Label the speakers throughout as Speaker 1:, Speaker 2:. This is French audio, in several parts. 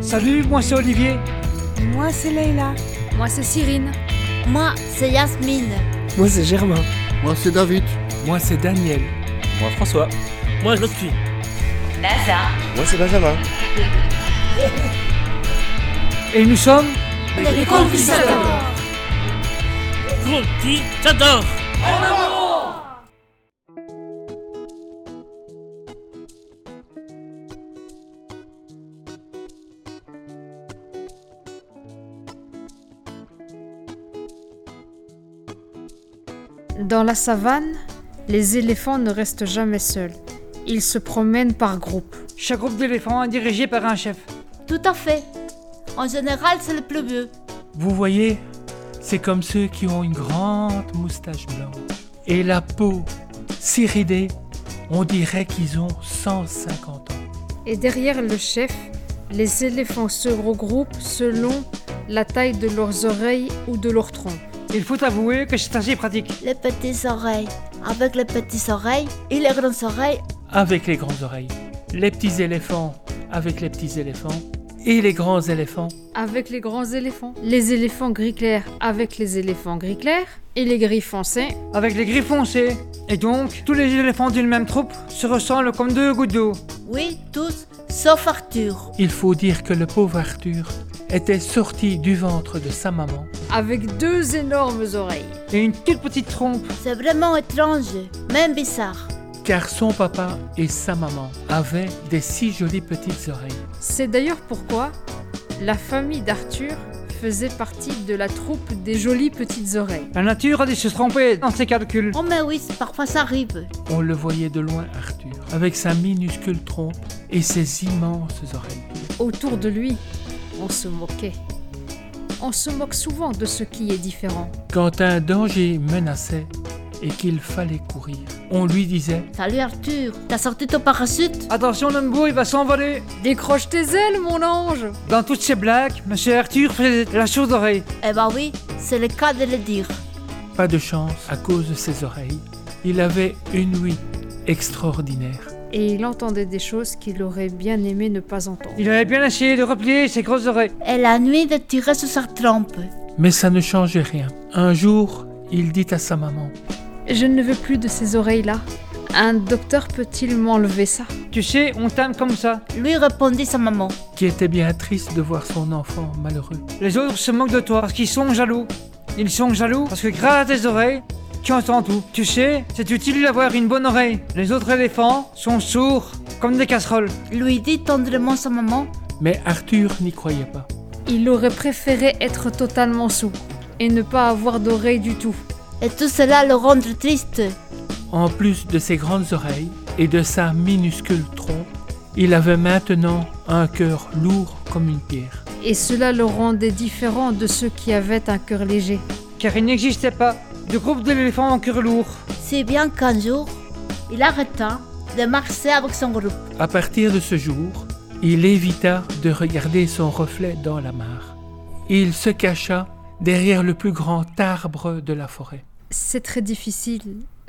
Speaker 1: Salut, moi c'est Olivier.
Speaker 2: Moi, c'est Leïla.
Speaker 3: Moi, c'est Cyrine.
Speaker 4: Moi, c'est Yasmine.
Speaker 5: Moi, c'est Germain.
Speaker 6: Moi, c'est David.
Speaker 7: Moi, c'est Daniel.
Speaker 8: Moi, François.
Speaker 9: Moi, je suis.
Speaker 10: NASA.
Speaker 11: Moi, c'est Benjamin.
Speaker 1: Et nous sommes.
Speaker 12: Les, les conquistadors.
Speaker 9: Conquistadors.
Speaker 12: En avant
Speaker 3: Dans la savane, les éléphants ne restent jamais seuls. Ils se promènent par groupe.
Speaker 1: Chaque groupe d'éléphants est dirigé par un chef.
Speaker 4: Tout à fait. En général, c'est le plus vieux.
Speaker 7: Vous voyez, c'est comme ceux qui ont une grande moustache blanche. Et la peau, si ridée, on dirait qu'ils ont 150 ans.
Speaker 3: Et derrière le chef, les éléphants se regroupent selon la taille de leurs oreilles ou de leur trompe.
Speaker 1: Il faut avouer que c'est assez pratique.
Speaker 4: Les petites oreilles. Avec les petites oreilles et les grandes oreilles.
Speaker 7: Avec les grandes oreilles. Les petits éléphants avec les petits éléphants. Et les grands éléphants
Speaker 3: Avec les grands éléphants. Les éléphants gris clair avec les éléphants gris clair. Et les gris foncés
Speaker 1: Avec les gris foncés. Et donc, tous les éléphants d'une même troupe se ressemblent comme deux gouttes d'eau.
Speaker 4: Oui, tous, sauf Arthur.
Speaker 7: Il faut dire que le pauvre Arthur était sorti du ventre de sa maman
Speaker 3: avec deux énormes oreilles
Speaker 1: et une toute petite trompe.
Speaker 4: C'est vraiment étrange, même bizarre.
Speaker 7: Car son papa et sa maman avaient des si jolies petites oreilles.
Speaker 3: C'est d'ailleurs pourquoi la famille d'Arthur faisait partie de la troupe des jolies petites oreilles.
Speaker 1: La nature a dû se tromper dans ses calculs.
Speaker 4: Oh mais oui, parfois ça arrive.
Speaker 7: On le voyait de loin, Arthur, avec sa minuscule trompe et ses immenses oreilles.
Speaker 3: Autour de lui, on se moquait. On se moque souvent de ce qui est différent.
Speaker 7: Quand un danger menaçait et qu'il fallait courir, on lui disait
Speaker 4: Salut Arthur, t'as sorti ton parachute
Speaker 1: Attention Numbo, il va s'envoler
Speaker 3: Décroche tes ailes, mon ange
Speaker 1: Dans toutes ces blagues, Monsieur Arthur faisait la chose d'oreille.
Speaker 4: Eh ben oui, c'est le cas de le dire.
Speaker 7: Pas de chance, à cause de ses oreilles, il avait une nuit extraordinaire
Speaker 3: et il entendait des choses qu'il aurait bien aimé ne pas entendre.
Speaker 1: Il avait bien essayé de replier ses grosses oreilles.
Speaker 4: Et la nuit de tirer sur sa trompe.
Speaker 7: Mais ça ne changeait rien. Un jour, il dit à sa maman
Speaker 3: Je ne veux plus de ces oreilles-là. Un docteur peut-il m'enlever ça
Speaker 1: Tu sais, on t'aime comme ça.
Speaker 4: Lui répondit sa maman.
Speaker 7: Qui était bien triste de voir son enfant malheureux.
Speaker 1: Les autres se moquent de toi parce qu'ils sont jaloux. Ils sont jaloux parce que grâce à tes oreilles, tu entends tout. Tu sais, c'est utile d'avoir une bonne oreille. Les autres éléphants sont sourds comme des casseroles.
Speaker 4: Lui dit tendrement sa maman.
Speaker 7: Mais Arthur n'y croyait pas.
Speaker 3: Il aurait préféré être totalement sourd et ne pas avoir d'oreille du tout.
Speaker 4: Et tout cela le rend triste.
Speaker 7: En plus de ses grandes oreilles et de sa minuscule trompe, il avait maintenant un cœur lourd comme une pierre.
Speaker 3: Et cela le rendait différent de ceux qui avaient un cœur léger.
Speaker 1: Car il n'existait pas du groupe de l'éléphant en cœur lourd.
Speaker 4: C'est bien qu'un jour, il arrêta de marcher avec son groupe.
Speaker 7: À partir de ce jour, il évita de regarder son reflet dans la mare. Il se cacha derrière le plus grand arbre de la forêt.
Speaker 3: C'est très difficile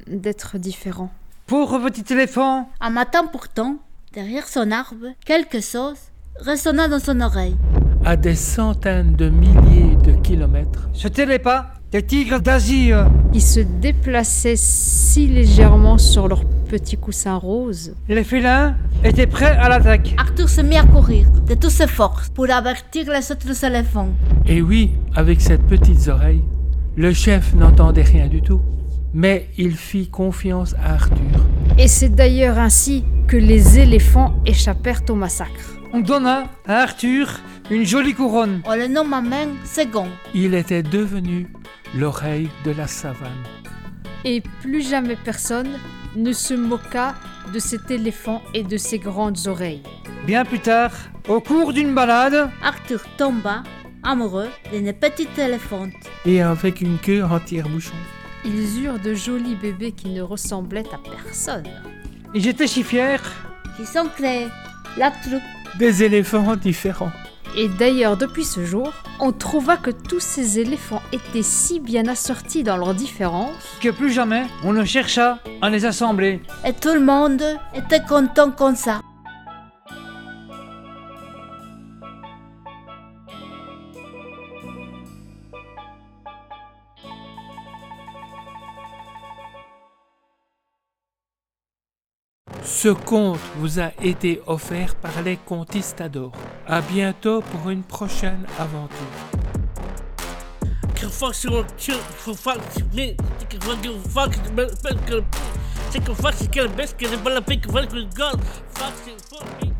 Speaker 3: d'être différent.
Speaker 1: Pauvre petit éléphant
Speaker 4: Un matin pourtant, derrière son arbre, quelque chose résonna dans son oreille.
Speaker 7: À des centaines de milliers de kilomètres,
Speaker 1: ce pas les tigres d'Asie. euh,
Speaker 3: Ils se déplaçaient si légèrement sur leurs petits coussins roses.
Speaker 1: Les félins étaient prêts à l'attaque.
Speaker 4: Arthur se mit à courir de toutes ses forces pour avertir les autres éléphants.
Speaker 7: Et oui, avec ses petites oreilles, le chef n'entendait rien du tout. Mais il fit confiance à Arthur.
Speaker 3: Et c'est d'ailleurs ainsi que les éléphants échappèrent au massacre.
Speaker 1: On donna à Arthur une jolie couronne.
Speaker 4: On le nomme même Second.
Speaker 7: Il était devenu l'oreille de la savane.
Speaker 3: Et plus jamais personne ne se moqua de cet éléphant et de ses grandes oreilles.
Speaker 1: Bien plus tard, au cours d'une balade,
Speaker 4: Arthur tomba amoureux d'une petite éléphante.
Speaker 7: Et avec une queue en tire-bouchon.
Speaker 3: Ils eurent de jolis bébés qui ne ressemblaient à personne.
Speaker 1: Ils étaient si fiers.
Speaker 4: Ils sont créés la troupe
Speaker 7: des éléphants différents.
Speaker 3: Et d'ailleurs, depuis ce jour, on trouva que tous ces éléphants étaient si bien assortis dans leurs différences
Speaker 1: que plus jamais on ne chercha à les assembler.
Speaker 4: Et tout le monde était content comme ça.
Speaker 7: Ce conte vous a été offert par les Conquistadors. À bientôt pour une prochaine aventure.
Speaker 9: Que fuck sur le tien, que fuck sur me, que fuck, que fuck, que fuck, que fuck, que fuck, que fuck, que fuck, que fuck, que fuck, que fuck, que fuck, que fuck, que fuck,